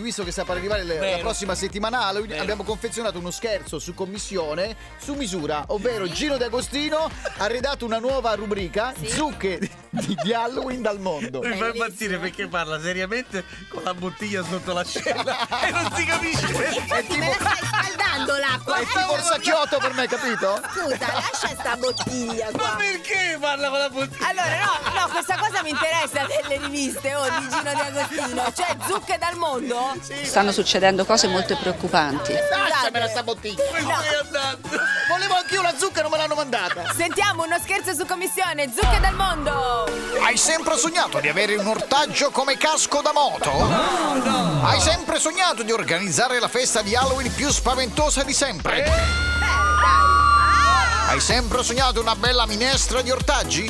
visto che sta per arrivare le- la Vero. prossima settimana Halloween, Vero. abbiamo confezionato uno scherzo su commissione su misura, ovvero Gino D'Agostino ha redatto una nuova rubrica Zucche di, di Halloween dal mondo. Mi fa impazzire perché parla seriamente con la bottiglia sotto l'ascella e non si capisce perché. Me la stai scaldando l'acqua. È tipo il sacchiotto per me, capito? Scusa, lascia sta bottiglia Ma qua. perché parla con la bottiglia? Allora, no, no, questa cosa mi interessa delle riviste, oh, di Gino Di Agostino. Cioè, zucche dal mondo? Stanno succedendo cose molto preoccupanti. Lasciamela sta bottiglia. Perché è andato? Volevo anch'io la zucca e non me l'hanno mandata. Sentiamo uno scherzo su commissione, zucche dal mondo! Hai sempre sognato di avere un ortaggio come casco da moto? Hai sempre sognato di organizzare la festa di Halloween più spaventosa di sempre? Hai sempre sognato una bella minestra di ortaggi?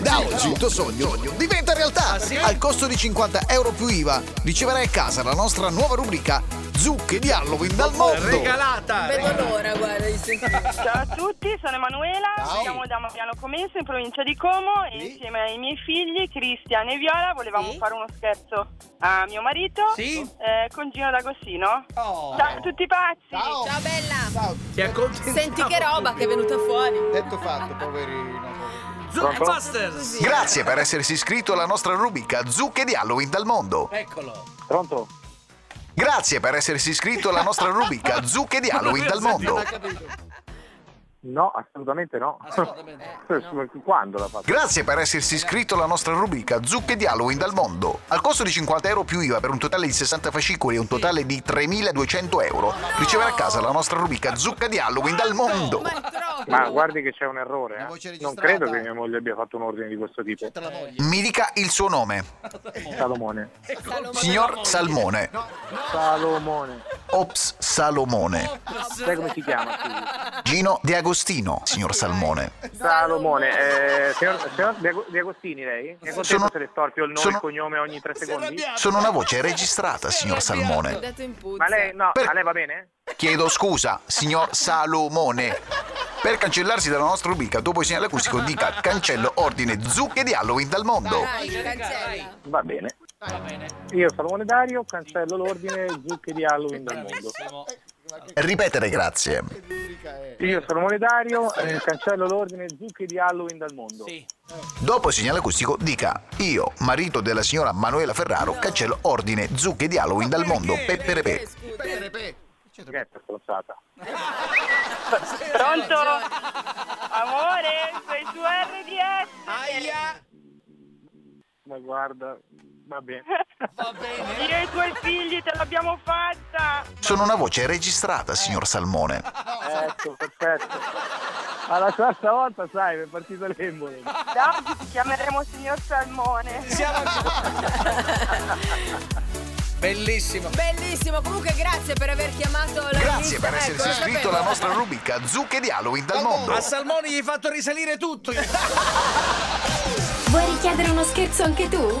Da oggi il tuo sogno diventa Ah, realtà! Al costo di 50 euro più IVA riceverai a casa la nostra nuova rubrica Zucche di Halloween dal mondo! Regalata! Vedo l'ora, guarda, di sentire. Ciao a tutti, sono Emanuela, siamo da Maviano Comenso in provincia di Como e insieme ai miei figli Cristian e Viola volevamo Sì. fare uno scherzo a mio marito Sì. eh, con Gino D'Agostino. Oh. Ciao a tutti pazzi! Ciao bella. Ti accontentavo. Senti che roba che è venuta fuori. Detto fatto, poverino. Zuckbusters! Grazie per essersi iscritto alla nostra rubrica Zucche di Halloween dal mondo! Eccolo! Pronto? Grazie per essersi iscritto alla nostra rubrica Zucche di Halloween dal mondo. No, assolutamente no. Assolutamente. Quando l'ha fatto? Grazie per essersi iscritto alla nostra rubrica Zucche di Halloween dal mondo. Al costo di 50 euro più IVA per un totale di 60 fascicoli e un totale di 3200 euro, riceverà a casa la nostra rubrica Zucca di Halloween dal mondo. Ma è troppo! Ma guardi che c'è un errore. La eh. voce Non registrata. credo che mia moglie abbia fatto un ordine di questo tipo. Te la voglio. Mi dica il suo nome, Salomone. signor Salmone. Salomone. Ops Salomone. Sai come si chiama? figlio? Gino De Agostino, signor Salmone. Salomone. Eh, signor, signor Di Ag- Di Agostini lei? È contento Sono- se le storpio il nome sono- il cognome ogni tre secondi? Sono una voce registrata, signor Salmone. dato in puzza. Ma lei no, Per- a lei va bene? Chiedo scusa, signor Salomone. Per cancellarsi dalla nostra rubrica, dopo il segnale acustico, dica cancello ordine zucche di Halloween dal mondo. Dai, cancella. Va bene. Io Salomone Dario, cancello l'ordine zucche di Halloween dal mondo. Ripetere grazie. Io Salomone Dario, eh, cancello l'ordine zucche di Halloween dal mondo. Sì. Dopo il segnale acustico, dica io, marito della signora Manuela Ferraro, cancello ordine zucche di Halloween dal mondo. Eh, Peperepe. Che è per forzata? Pronto? Amore, sei su RDS! Aia! Ma guarda, va bene. Va bene. Io e i tuoi figli te l'abbiamo fatta! Sono una voce registrata, signor Salmone. Ecco, perfetto. Alla terza volta, sai, mi è partito l'embolo. Da oggi ti chiameremo signor Salmone! Bellissimo. Bellissimo, comunque grazie per aver chiamato la Grazie rivista, per ecco, essersi lo iscritto sapevo. alla nostra rubrica zucche di Halloween dal mondo. A Salmone gli hai fatto risalire tutto. Vuoi richiedere uno scherzo anche tu?